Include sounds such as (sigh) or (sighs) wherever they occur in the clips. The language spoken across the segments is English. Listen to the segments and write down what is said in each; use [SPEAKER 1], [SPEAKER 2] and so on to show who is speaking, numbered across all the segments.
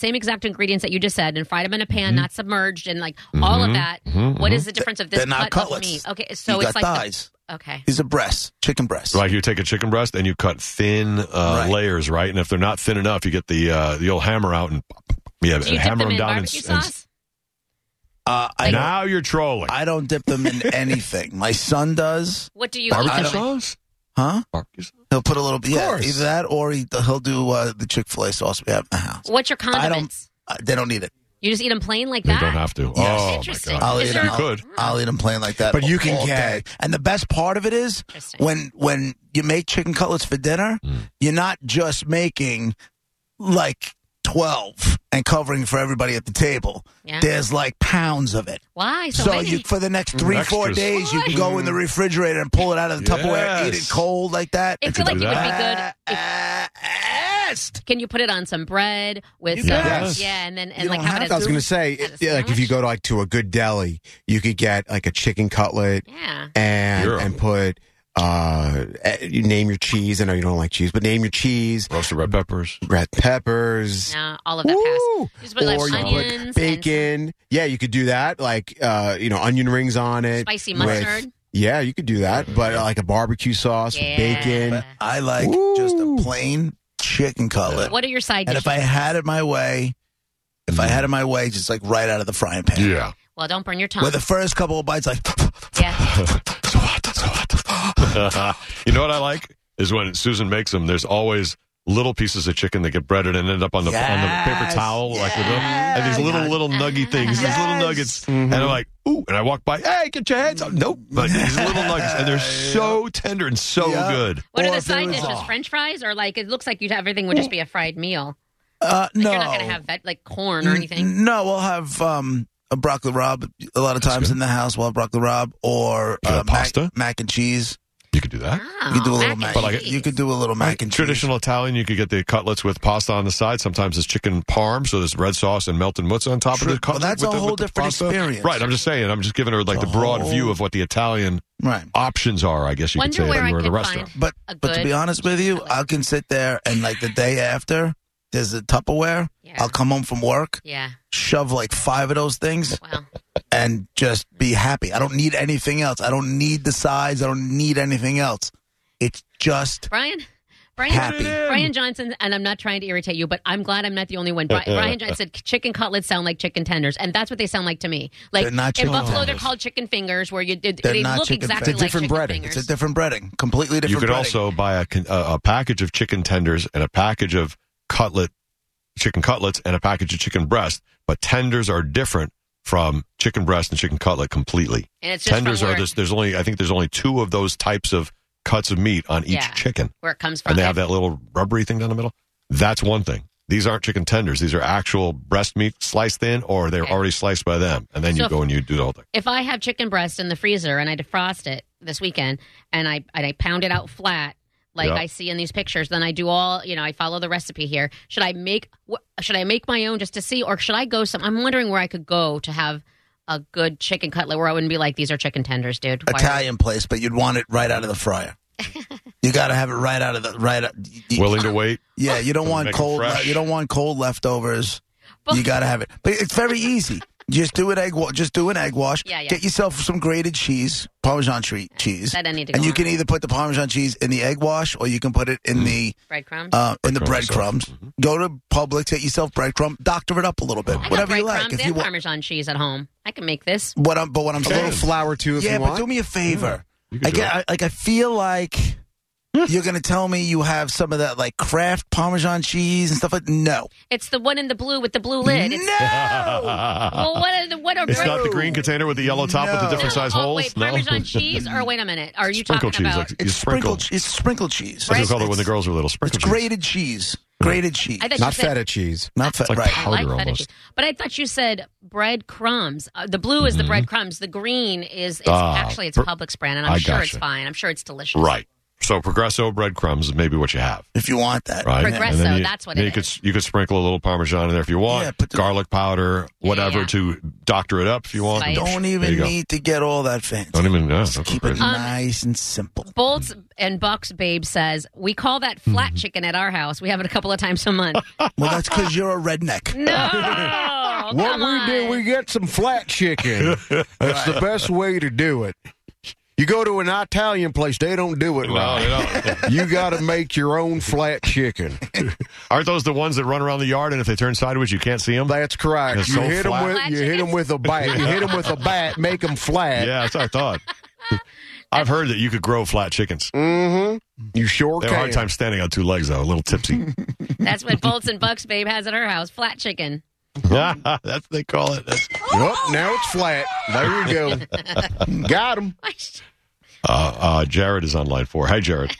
[SPEAKER 1] same exact ingredients that you just said and fried them in a pan, not submerged, and like all of that. What is the difference of this
[SPEAKER 2] They're not
[SPEAKER 1] cut of
[SPEAKER 2] cutlets.
[SPEAKER 1] meat? Okay, so
[SPEAKER 2] you
[SPEAKER 1] it's
[SPEAKER 2] got
[SPEAKER 1] like the-
[SPEAKER 2] thighs.
[SPEAKER 1] okay.
[SPEAKER 2] These are breasts, chicken breasts.
[SPEAKER 3] Like you take a chicken breast and you cut thin uh,
[SPEAKER 2] Right.
[SPEAKER 3] layers, right? And if they're not thin enough, you get the uh, the old hammer out and yeah,
[SPEAKER 1] Do you dip
[SPEAKER 3] hammer
[SPEAKER 1] them in
[SPEAKER 3] down.
[SPEAKER 1] barbecue
[SPEAKER 3] and,
[SPEAKER 1] sauce?
[SPEAKER 2] Uh, I
[SPEAKER 3] And,
[SPEAKER 2] don't,
[SPEAKER 3] now you're trolling.
[SPEAKER 2] I don't dip
[SPEAKER 1] (laughs)
[SPEAKER 2] them in anything. My son does,
[SPEAKER 1] what do you?
[SPEAKER 2] I
[SPEAKER 3] barbecue
[SPEAKER 2] don't-
[SPEAKER 3] sauce.
[SPEAKER 2] huh?
[SPEAKER 3] Barbecue sauce.
[SPEAKER 2] He'll put a little bit. Yeah,
[SPEAKER 3] course.
[SPEAKER 2] either that or he, he'll do uh, the Chick Fil A sauce we have in the house.
[SPEAKER 1] What's your
[SPEAKER 2] don't-
[SPEAKER 1] condiments?
[SPEAKER 2] Uh, they don't need it.
[SPEAKER 1] You just eat them plain like
[SPEAKER 3] They
[SPEAKER 1] that.
[SPEAKER 3] don't have to.
[SPEAKER 2] Yes.
[SPEAKER 3] Oh my
[SPEAKER 1] Interesting.
[SPEAKER 3] god.
[SPEAKER 2] I'll
[SPEAKER 1] Is
[SPEAKER 2] eat
[SPEAKER 1] there-
[SPEAKER 2] them. I'll,
[SPEAKER 3] Good.
[SPEAKER 2] I'll eat them plain like that.
[SPEAKER 4] But you can
[SPEAKER 2] all
[SPEAKER 4] get-
[SPEAKER 2] day. And the best part of it is
[SPEAKER 1] Interesting.
[SPEAKER 2] when when you make chicken cutlets for dinner,
[SPEAKER 4] Mm.
[SPEAKER 2] you're not just making like twelve and covering for everybody at the table.
[SPEAKER 1] Yeah.
[SPEAKER 2] There's like pounds of it.
[SPEAKER 1] Why so,
[SPEAKER 2] So
[SPEAKER 1] many?
[SPEAKER 2] you, for the next three, four
[SPEAKER 3] Extras.
[SPEAKER 2] days, you can go in the refrigerator and pull it out of the Tupperware, eat
[SPEAKER 3] Yes.
[SPEAKER 2] it cold like that.
[SPEAKER 1] I feel like
[SPEAKER 3] do
[SPEAKER 1] it would be good.
[SPEAKER 2] Ah,
[SPEAKER 1] If,
[SPEAKER 2] ah, asked.
[SPEAKER 1] can you put it on some bread with
[SPEAKER 2] You
[SPEAKER 1] some,
[SPEAKER 3] Yes.
[SPEAKER 1] yeah, and then and
[SPEAKER 2] You
[SPEAKER 1] like
[SPEAKER 2] don't
[SPEAKER 1] have,
[SPEAKER 2] have
[SPEAKER 1] it
[SPEAKER 4] I
[SPEAKER 1] as
[SPEAKER 4] was going to say,
[SPEAKER 1] At a
[SPEAKER 4] it- yeah, like if
[SPEAKER 1] sandwich?
[SPEAKER 4] you go to like to a good deli, you could get like a chicken cutlet
[SPEAKER 1] yeah.
[SPEAKER 4] and
[SPEAKER 3] Sure.
[SPEAKER 4] and put uh, eh, you name your cheese. I know you don't like cheese, but name your cheese,
[SPEAKER 3] Roasted red peppers.
[SPEAKER 4] red peppers.
[SPEAKER 1] No, all of that pass.
[SPEAKER 4] Woo!
[SPEAKER 1] Just put like
[SPEAKER 4] or you put
[SPEAKER 1] onions, and
[SPEAKER 4] bacon. Yeah, you could do that. Like uh, you know, onion rings on it.
[SPEAKER 1] spicy
[SPEAKER 4] with-
[SPEAKER 1] mustard.
[SPEAKER 4] yeah, you could do that. But uh, like a barbecue sauce,
[SPEAKER 1] Yeah.
[SPEAKER 4] bacon.
[SPEAKER 2] I like just a plain chicken cutlet.
[SPEAKER 1] What are your side
[SPEAKER 2] And
[SPEAKER 1] dishes?
[SPEAKER 2] if I had it my way, if I had it my way, just like right out of the frying pan.
[SPEAKER 3] Yeah. (laughs)
[SPEAKER 1] well, don't burn your tongue.
[SPEAKER 2] With the first couple of bites, like (laughs)
[SPEAKER 1] yeah,
[SPEAKER 3] So hot. So hot. you know what I like is when Susan makes them. There's always little pieces of chicken that get breaded and end up on the on the paper
[SPEAKER 2] Yes.
[SPEAKER 3] towel, like with them, and these little
[SPEAKER 2] Yes.
[SPEAKER 3] little nuggy things, these
[SPEAKER 2] Yes.
[SPEAKER 3] little nuggets, and I'm like, ooh, and I walk by, hey, get your hands up. Nope, but these little nuggets, and
[SPEAKER 2] (laughs)
[SPEAKER 3] they're so tender and so
[SPEAKER 2] Yeah.
[SPEAKER 3] good.
[SPEAKER 1] what
[SPEAKER 2] Or
[SPEAKER 1] are the
[SPEAKER 2] if it
[SPEAKER 1] side
[SPEAKER 2] was-
[SPEAKER 1] dishes? French fries, or like it looks like you'd everything would just be a fried meal.
[SPEAKER 2] uh,
[SPEAKER 1] Like,
[SPEAKER 2] no,
[SPEAKER 1] You're not gonna have that, like corn or anything.
[SPEAKER 2] N- No, we'll have um, a broccoli rob. A lot of times in the house, we'll have broccoli rob or
[SPEAKER 3] You got
[SPEAKER 2] uh, mac-
[SPEAKER 3] pasta?
[SPEAKER 2] mac and cheese.
[SPEAKER 3] You could do that.
[SPEAKER 1] Wow,
[SPEAKER 2] You could do a little
[SPEAKER 1] Oh, mac
[SPEAKER 2] mac.
[SPEAKER 1] and
[SPEAKER 3] But like-
[SPEAKER 1] cheese.
[SPEAKER 2] you could do a little mac and
[SPEAKER 3] Traditional Italian, you could get the cutlets with pasta on the side. Sometimes it's chicken parm, so there's red sauce and melted mozza on top of
[SPEAKER 2] Sure.
[SPEAKER 3] the
[SPEAKER 2] Well,
[SPEAKER 3] cutlet.
[SPEAKER 2] that's
[SPEAKER 3] with
[SPEAKER 2] a
[SPEAKER 3] the- with
[SPEAKER 2] whole
[SPEAKER 3] the
[SPEAKER 2] different
[SPEAKER 3] pasta.
[SPEAKER 2] experience.
[SPEAKER 3] Right, I'm just saying. I'm just giving her like
[SPEAKER 2] It's
[SPEAKER 3] the
[SPEAKER 2] a
[SPEAKER 3] broad
[SPEAKER 2] whole-
[SPEAKER 3] view of what the Italian
[SPEAKER 2] cheese. right?
[SPEAKER 3] options are. I guess you
[SPEAKER 1] Wonder
[SPEAKER 3] could say
[SPEAKER 1] where
[SPEAKER 3] if
[SPEAKER 1] I
[SPEAKER 3] you were at a
[SPEAKER 1] could
[SPEAKER 3] restaurant.
[SPEAKER 1] find
[SPEAKER 2] But
[SPEAKER 1] a
[SPEAKER 2] but to
[SPEAKER 1] good
[SPEAKER 2] be honest with you, I can sit there and like the day after, there's a Tupperware.
[SPEAKER 1] Yeah.
[SPEAKER 2] I'll come home from work,
[SPEAKER 1] Yeah.
[SPEAKER 2] shove like five of those things,
[SPEAKER 1] Wow.
[SPEAKER 2] and just be happy. I don't need anything else. I don't need the size. I don't need anything else. It's just
[SPEAKER 1] Brian. Brian,
[SPEAKER 2] Happy.
[SPEAKER 1] Brian Johnson, and I'm not trying to irritate you, but I'm glad I'm not the only one.
[SPEAKER 2] (laughs)
[SPEAKER 1] Bri- Brian Johnson said chicken cutlets sound like chicken tenders, and that's what they sound like to me. Like
[SPEAKER 2] They're not
[SPEAKER 1] in
[SPEAKER 2] chicken
[SPEAKER 1] Buffalo, they're
[SPEAKER 2] tenders.
[SPEAKER 1] called chicken fingers, where you they,
[SPEAKER 2] They're
[SPEAKER 1] they
[SPEAKER 2] not
[SPEAKER 1] look
[SPEAKER 2] chicken
[SPEAKER 1] exactly
[SPEAKER 2] fingers.
[SPEAKER 1] like
[SPEAKER 4] It's a different
[SPEAKER 1] chicken
[SPEAKER 4] bread.
[SPEAKER 1] fingers.
[SPEAKER 2] it's a different breading, completely different.
[SPEAKER 3] You could
[SPEAKER 2] breading.
[SPEAKER 3] also buy a, con- a a package of chicken tenders and a package of cutlet, chicken cutlets and a package of chicken breast. But tenders are different from chicken breast and chicken cutlet completely.
[SPEAKER 1] and it's just
[SPEAKER 3] Tenders
[SPEAKER 1] from
[SPEAKER 3] are
[SPEAKER 1] where,
[SPEAKER 3] this. There's only I think there's only two of those types of cuts of meat on each
[SPEAKER 1] Yeah.
[SPEAKER 3] chicken.
[SPEAKER 1] where it comes from.
[SPEAKER 3] and they have that little rubbery thing down the middle. That's one thing. These aren't chicken tenders. These are actual breast meat sliced thin, or they're
[SPEAKER 1] Okay.
[SPEAKER 3] already sliced by them. And then
[SPEAKER 1] So
[SPEAKER 3] you
[SPEAKER 1] if-
[SPEAKER 3] go and you do the
[SPEAKER 1] (laughs)
[SPEAKER 3] whole thing.
[SPEAKER 1] if I have chicken breast in the freezer and I defrost it this weekend and I and I pound it out flat like
[SPEAKER 3] Yep.
[SPEAKER 1] I see in these pictures, then I do all you know. I follow the recipe here. Should I make wh- should I make my own just to see, or should I go some? I'm wondering where I could go to have a good chicken cutlet where I wouldn't be like these are chicken tenders, dude. Why are-
[SPEAKER 2] Italian place, but you'd want it right out of the fryer.
[SPEAKER 1] (laughs)
[SPEAKER 2] you got to have it right out of the right. Out, y- y-
[SPEAKER 3] Willing to wait?
[SPEAKER 2] yeah, you don't want
[SPEAKER 3] Make it
[SPEAKER 2] cold. Le-
[SPEAKER 3] fresh.
[SPEAKER 2] you don't want cold leftovers.
[SPEAKER 1] But-
[SPEAKER 2] you got to have it, but it's very
[SPEAKER 1] (laughs)
[SPEAKER 2] easy. Just do an egg. Wa- just do an egg wash.
[SPEAKER 1] Yeah, yeah.
[SPEAKER 2] Get yourself some grated cheese, Parmesan tre- cheese,
[SPEAKER 1] That I need to go
[SPEAKER 2] and you
[SPEAKER 1] on.
[SPEAKER 2] can either put the Parmesan cheese in the egg wash, or you can put it in the
[SPEAKER 3] Mm-hmm.
[SPEAKER 1] breadcrumbs.
[SPEAKER 2] uh, in the
[SPEAKER 3] Breadcrumbs.
[SPEAKER 2] breadcrumbs. Go to Publix, get yourself breadcrumb, doctor it up a little bit,
[SPEAKER 1] I got
[SPEAKER 2] whatever you
[SPEAKER 1] breadcrumbs
[SPEAKER 2] like. If
[SPEAKER 1] and
[SPEAKER 2] you want,
[SPEAKER 1] Parmesan cheese at home. I can make this.
[SPEAKER 2] what I'm, but what I'm
[SPEAKER 4] A little
[SPEAKER 2] saying,
[SPEAKER 4] flour too, if
[SPEAKER 2] yeah,
[SPEAKER 4] you
[SPEAKER 2] but
[SPEAKER 4] want.
[SPEAKER 2] do me a favor.
[SPEAKER 3] You can
[SPEAKER 2] I
[SPEAKER 3] do
[SPEAKER 2] get,
[SPEAKER 3] it. Hmm.
[SPEAKER 2] I, like I feel like you're gonna tell me you have some of that like craft Parmesan cheese and stuff like. No,
[SPEAKER 1] It's the one in the blue with the blue lid.
[SPEAKER 2] Mm.
[SPEAKER 1] It's,
[SPEAKER 2] no.
[SPEAKER 1] well, what are the, what are
[SPEAKER 3] it's not the
[SPEAKER 1] bread-
[SPEAKER 3] green container with the yellow top with the
[SPEAKER 2] No.
[SPEAKER 3] different
[SPEAKER 1] No,
[SPEAKER 3] size
[SPEAKER 1] oh,
[SPEAKER 3] holes?
[SPEAKER 1] Wait, Parmesan cheese, or wait a minute,
[SPEAKER 2] (laughs)
[SPEAKER 1] are you
[SPEAKER 3] Sprinkle
[SPEAKER 1] talking
[SPEAKER 3] cheese.
[SPEAKER 1] about?
[SPEAKER 3] Like, (laughs) you
[SPEAKER 2] it's
[SPEAKER 3] sprinkle.
[SPEAKER 2] sprinkled. It's sprinkled cheese.
[SPEAKER 3] That's what
[SPEAKER 1] Right.
[SPEAKER 3] we called it when the
[SPEAKER 2] It's-
[SPEAKER 3] girls were little. Sprinkle
[SPEAKER 2] It's
[SPEAKER 3] cheese.
[SPEAKER 2] grated cheese. Grated cheese.
[SPEAKER 1] I thought
[SPEAKER 4] Not
[SPEAKER 1] you said
[SPEAKER 4] feta cheese.
[SPEAKER 2] Not fat,
[SPEAKER 3] like
[SPEAKER 1] I
[SPEAKER 2] right?
[SPEAKER 1] like
[SPEAKER 3] powder
[SPEAKER 1] feta
[SPEAKER 3] almost.
[SPEAKER 1] cheese. But I thought you said breadcrumbs. Uh, the blue is the breadcrumbs. The green is it's
[SPEAKER 3] Ah,
[SPEAKER 1] actually it's
[SPEAKER 3] br-
[SPEAKER 1] Publix brand, and I'm
[SPEAKER 3] I
[SPEAKER 1] sure it's
[SPEAKER 3] gotcha.
[SPEAKER 1] fine. I'm sure it's delicious.
[SPEAKER 3] Right. So Progresso breadcrumbs is maybe what you have,
[SPEAKER 2] if you want that.
[SPEAKER 3] right?
[SPEAKER 1] Progresso,
[SPEAKER 3] And then you-
[SPEAKER 1] that's what
[SPEAKER 3] then
[SPEAKER 1] it
[SPEAKER 3] you could
[SPEAKER 1] is.
[SPEAKER 3] s- you could sprinkle a little Parmesan in there if you want,
[SPEAKER 2] Yeah, put the-
[SPEAKER 3] garlic powder, whatever
[SPEAKER 1] yeah.
[SPEAKER 3] to doctor it up if you want.
[SPEAKER 1] Spice.
[SPEAKER 2] Don't
[SPEAKER 3] There you
[SPEAKER 2] even
[SPEAKER 3] go.
[SPEAKER 2] need to get all that fancy.
[SPEAKER 3] Don't even yeah,
[SPEAKER 2] Just
[SPEAKER 3] don't go
[SPEAKER 2] keep it
[SPEAKER 1] Uh, Um,
[SPEAKER 3] crazy.
[SPEAKER 2] nice and simple.
[SPEAKER 1] Bolts and Bucks Babe says, We call that flat chicken at our house. We have it a couple of times a month.
[SPEAKER 2] Well, that's because you're a redneck.
[SPEAKER 1] no. Come
[SPEAKER 5] What
[SPEAKER 1] on.
[SPEAKER 5] we do, (laughs) we get some flat chicken. That's the best way to do it. You go to an Italian place, they don't do it
[SPEAKER 3] Well,
[SPEAKER 5] right.
[SPEAKER 3] you
[SPEAKER 2] (laughs)
[SPEAKER 3] know,
[SPEAKER 5] You got to make your own flat chicken.
[SPEAKER 3] aren't those the ones that run around the yard and if they turn sideways you can't see them?
[SPEAKER 5] That's correct.
[SPEAKER 3] It's
[SPEAKER 5] you
[SPEAKER 3] so
[SPEAKER 5] hit
[SPEAKER 3] flat.
[SPEAKER 5] them with
[SPEAKER 1] Flat
[SPEAKER 5] you hit 'em
[SPEAKER 1] chickens.
[SPEAKER 5] with a bat. You hit them with a bat. Make them flat.
[SPEAKER 3] yeah, that's what
[SPEAKER 1] (laughs)
[SPEAKER 3] I thought. I've heard that you could grow flat chickens.
[SPEAKER 5] You sure
[SPEAKER 3] They have a
[SPEAKER 5] can.
[SPEAKER 3] hard time standing on two legs though, a little tipsy.
[SPEAKER 1] That's what Bolts and Bucks Babe has at her house flat chicken. (laughs)
[SPEAKER 3] (laughs) that's what they call it. That's-
[SPEAKER 5] Yup, now it's flat. There you go.
[SPEAKER 1] (laughs)
[SPEAKER 5] got them.
[SPEAKER 3] uh, uh, Jared is on line four. Hi, Jared.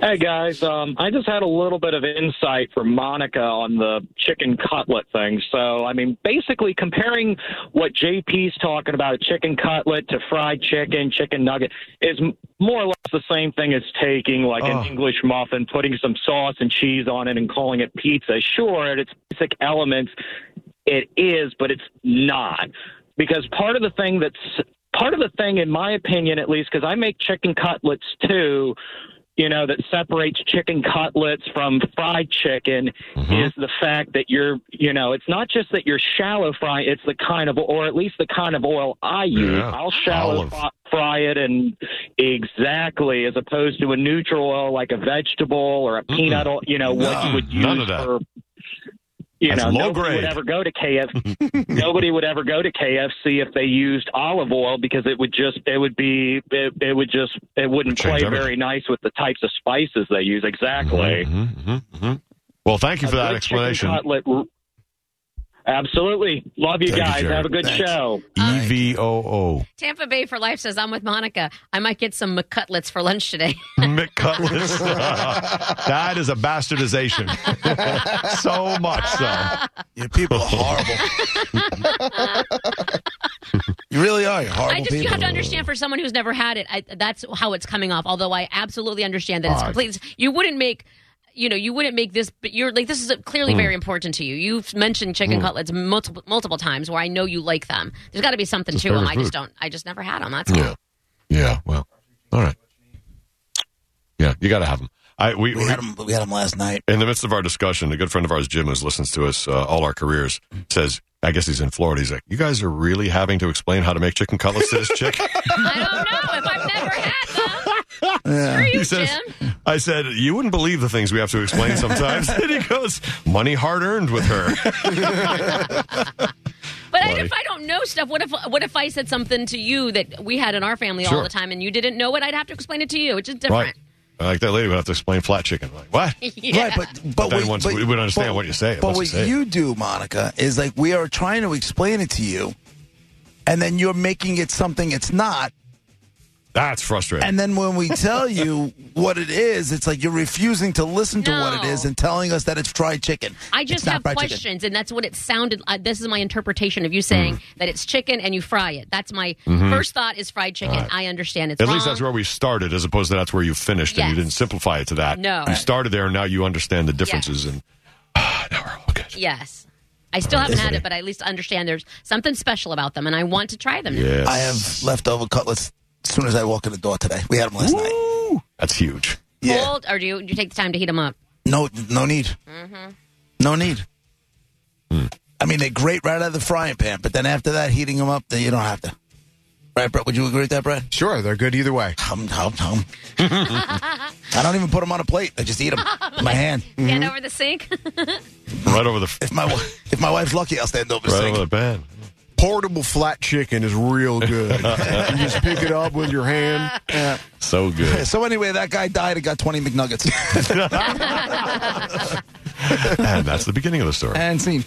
[SPEAKER 6] Hey guys, um, I just had a little bit of insight from Monica on the chicken cutlet thing. So, I mean, basically comparing what JP's talking about, chicken cutlet to fried chicken, chicken nugget, is m- more or less the same thing as taking like
[SPEAKER 3] Oh.
[SPEAKER 6] an English muffin, putting some sauce and cheese on it, and calling it pizza. Sure, at its basic elements, it is, but it's not because part of the thing that's part of the thing, in my opinion, at least, because I make chicken cutlets too you know, that separates chicken cutlets from fried chicken
[SPEAKER 3] Mm-hmm.
[SPEAKER 6] is the fact that you're, you know, it's not just that you're shallow frying, it's the kind of, or at least the kind of oil I use.
[SPEAKER 3] Yeah,
[SPEAKER 6] I'll shallow
[SPEAKER 3] olive.
[SPEAKER 6] fry, fry it and exactly as opposed to a neutral oil like a vegetable or a peanut oil, you know, what you would
[SPEAKER 3] Mm,
[SPEAKER 6] use
[SPEAKER 3] none of that.
[SPEAKER 6] for. You
[SPEAKER 3] That's
[SPEAKER 6] know,
[SPEAKER 3] low
[SPEAKER 6] nobody
[SPEAKER 3] grade.
[SPEAKER 6] would ever go
[SPEAKER 3] (laughs)
[SPEAKER 6] to KFC. nobody would ever go to KFC if they used olive oil because it would just, it would be, it, it would just, it wouldn't
[SPEAKER 3] Would change
[SPEAKER 6] play
[SPEAKER 3] everything.
[SPEAKER 6] very nice with the types of spices they use. Exactly.
[SPEAKER 3] Mhm, mhm, mhm. Well, thank you for
[SPEAKER 6] A
[SPEAKER 3] that
[SPEAKER 6] good
[SPEAKER 3] explanation.
[SPEAKER 6] chicken cutlet- Absolutely. Love you
[SPEAKER 3] Thank you,
[SPEAKER 6] guys.
[SPEAKER 3] Jared.
[SPEAKER 6] Have a good
[SPEAKER 2] Thanks.
[SPEAKER 6] show.
[SPEAKER 3] E V O (laughs) O.
[SPEAKER 1] Tampa Bay for Life says, I'm with Monica. I might get some McCutlets for lunch today.
[SPEAKER 3] (laughs) McCutlets. that is a (laughs) bastardization. so much so.
[SPEAKER 2] Your people
[SPEAKER 3] (laughs)
[SPEAKER 2] are horrible. you really are. You're horrible
[SPEAKER 1] I just,
[SPEAKER 2] people.
[SPEAKER 1] you have to understand for someone who's never had it, I, that's how it's coming off. Although I absolutely understand that it's complete. You wouldn't make. You know, you wouldn't make this, but you're like, this is clearly
[SPEAKER 3] Hmm.
[SPEAKER 1] very important to you. You've mentioned chicken cutlets multiple multiple times, where I know you like them. There's got to be something to them.
[SPEAKER 3] favorite
[SPEAKER 1] I just
[SPEAKER 3] food.
[SPEAKER 1] don't. I just never had them. That's
[SPEAKER 3] Yeah.
[SPEAKER 1] all.
[SPEAKER 3] Yeah, well, all right. Yeah, you got to have them. I, we,
[SPEAKER 2] we
[SPEAKER 3] we-
[SPEAKER 2] had him. We had him last night.
[SPEAKER 3] in the midst of our discussion, a good friend of ours, Jim, who listens to us uh, all our careers, says, I guess he's in Florida. He's like, You guys are really having to explain how to make chicken cutlets
[SPEAKER 1] (laughs)
[SPEAKER 3] to this chick?
[SPEAKER 1] I don't know if I've never had them.
[SPEAKER 3] (laughs)
[SPEAKER 2] Yeah.
[SPEAKER 1] Screw you,
[SPEAKER 3] He says,
[SPEAKER 1] Jim.
[SPEAKER 3] I said, You wouldn't believe the things we have to
[SPEAKER 1] (laughs)
[SPEAKER 3] explain sometimes. and he goes, Money hard earned with her.
[SPEAKER 1] But I,
[SPEAKER 3] Why?
[SPEAKER 1] if I don't know stuff, what if what if I said something to you that we had in our family
[SPEAKER 3] Sure.
[SPEAKER 1] all the time and you didn't know it? I'd have to explain it to you, which is
[SPEAKER 3] right.
[SPEAKER 1] different.
[SPEAKER 3] Like that lady would have to explain flat chicken. Like, what?
[SPEAKER 1] (laughs) Yeah.
[SPEAKER 2] Right, but
[SPEAKER 3] But
[SPEAKER 2] but,
[SPEAKER 3] then
[SPEAKER 2] what-
[SPEAKER 3] once
[SPEAKER 2] but-
[SPEAKER 3] we would understand
[SPEAKER 2] but-
[SPEAKER 3] what you say,
[SPEAKER 2] But
[SPEAKER 3] once you
[SPEAKER 2] what
[SPEAKER 3] say it.
[SPEAKER 2] you do, Monica, is like we are trying to explain it to you, and then you're making it something it's not.
[SPEAKER 3] That's frustrating.
[SPEAKER 2] And then when we
[SPEAKER 3] (laughs)
[SPEAKER 2] tell you what it is, it's like you're refusing to listen to what it
[SPEAKER 1] No.
[SPEAKER 2] is and telling us that it's fried chicken.
[SPEAKER 1] I
[SPEAKER 2] It's
[SPEAKER 1] just
[SPEAKER 2] not
[SPEAKER 1] have
[SPEAKER 2] fried
[SPEAKER 1] questions,
[SPEAKER 2] Chicken.
[SPEAKER 1] and that's what it sounded. Uh, this is my interpretation of you saying that it's chicken and you fry it. That's my first thought is fried chicken. I understand it's
[SPEAKER 3] At
[SPEAKER 1] wrong.
[SPEAKER 3] least that's where we started, as opposed to that's where you finished, and you
[SPEAKER 1] Yes.
[SPEAKER 3] didn't simplify it to that.
[SPEAKER 1] No.
[SPEAKER 3] you started there, and now you understand the differences, and (sighs) now we're all good.
[SPEAKER 1] yes, I still haven't had it, but I at least understand there's something special about them, and I want to try them. now.
[SPEAKER 3] Yes,
[SPEAKER 2] I have leftover cutlets as soon as I walk in the door today. We had them last night.
[SPEAKER 3] Ooh, that's huge.
[SPEAKER 2] Yeah.
[SPEAKER 1] Cold, or do you, do you take the time to heat them up?
[SPEAKER 2] No, no need. No need. I mean, they're great right out of the frying pan, but then after that, heating them up, then you don't have to. Right, Brett? Would you agree with that, Brett?
[SPEAKER 5] Sure, they're good either way.
[SPEAKER 2] Hum, hum, hum. I don't even put them on a plate. I just eat them with my hand.
[SPEAKER 1] Stand over the sink.
[SPEAKER 3] Right over the
[SPEAKER 2] If my wi- if my wife's lucky, I'll stand over the
[SPEAKER 3] right
[SPEAKER 2] sink.
[SPEAKER 3] over the pan.
[SPEAKER 5] Portable flat chicken is real good. you just pick it up with your hand.
[SPEAKER 3] So good.
[SPEAKER 2] (laughs) So anyway, that guy died and got 20 McNuggets. (laughs)
[SPEAKER 3] and that's the beginning of the story.
[SPEAKER 2] and scene.